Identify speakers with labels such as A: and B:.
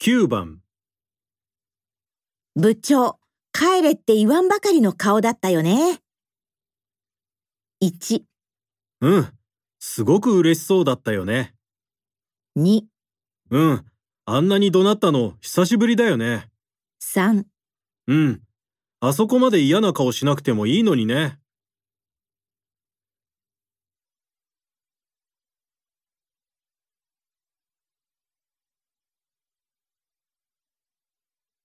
A: 9番、
B: 部長、帰れって言わんばかりの顔だったよね。1、
A: うん、すごく嬉しそうだったよね。
B: 2、
A: うん、あんなに怒鳴ったの久しぶりだよね。
B: 3。
A: うん、あそこまで嫌な顔しなくてもいいのにね。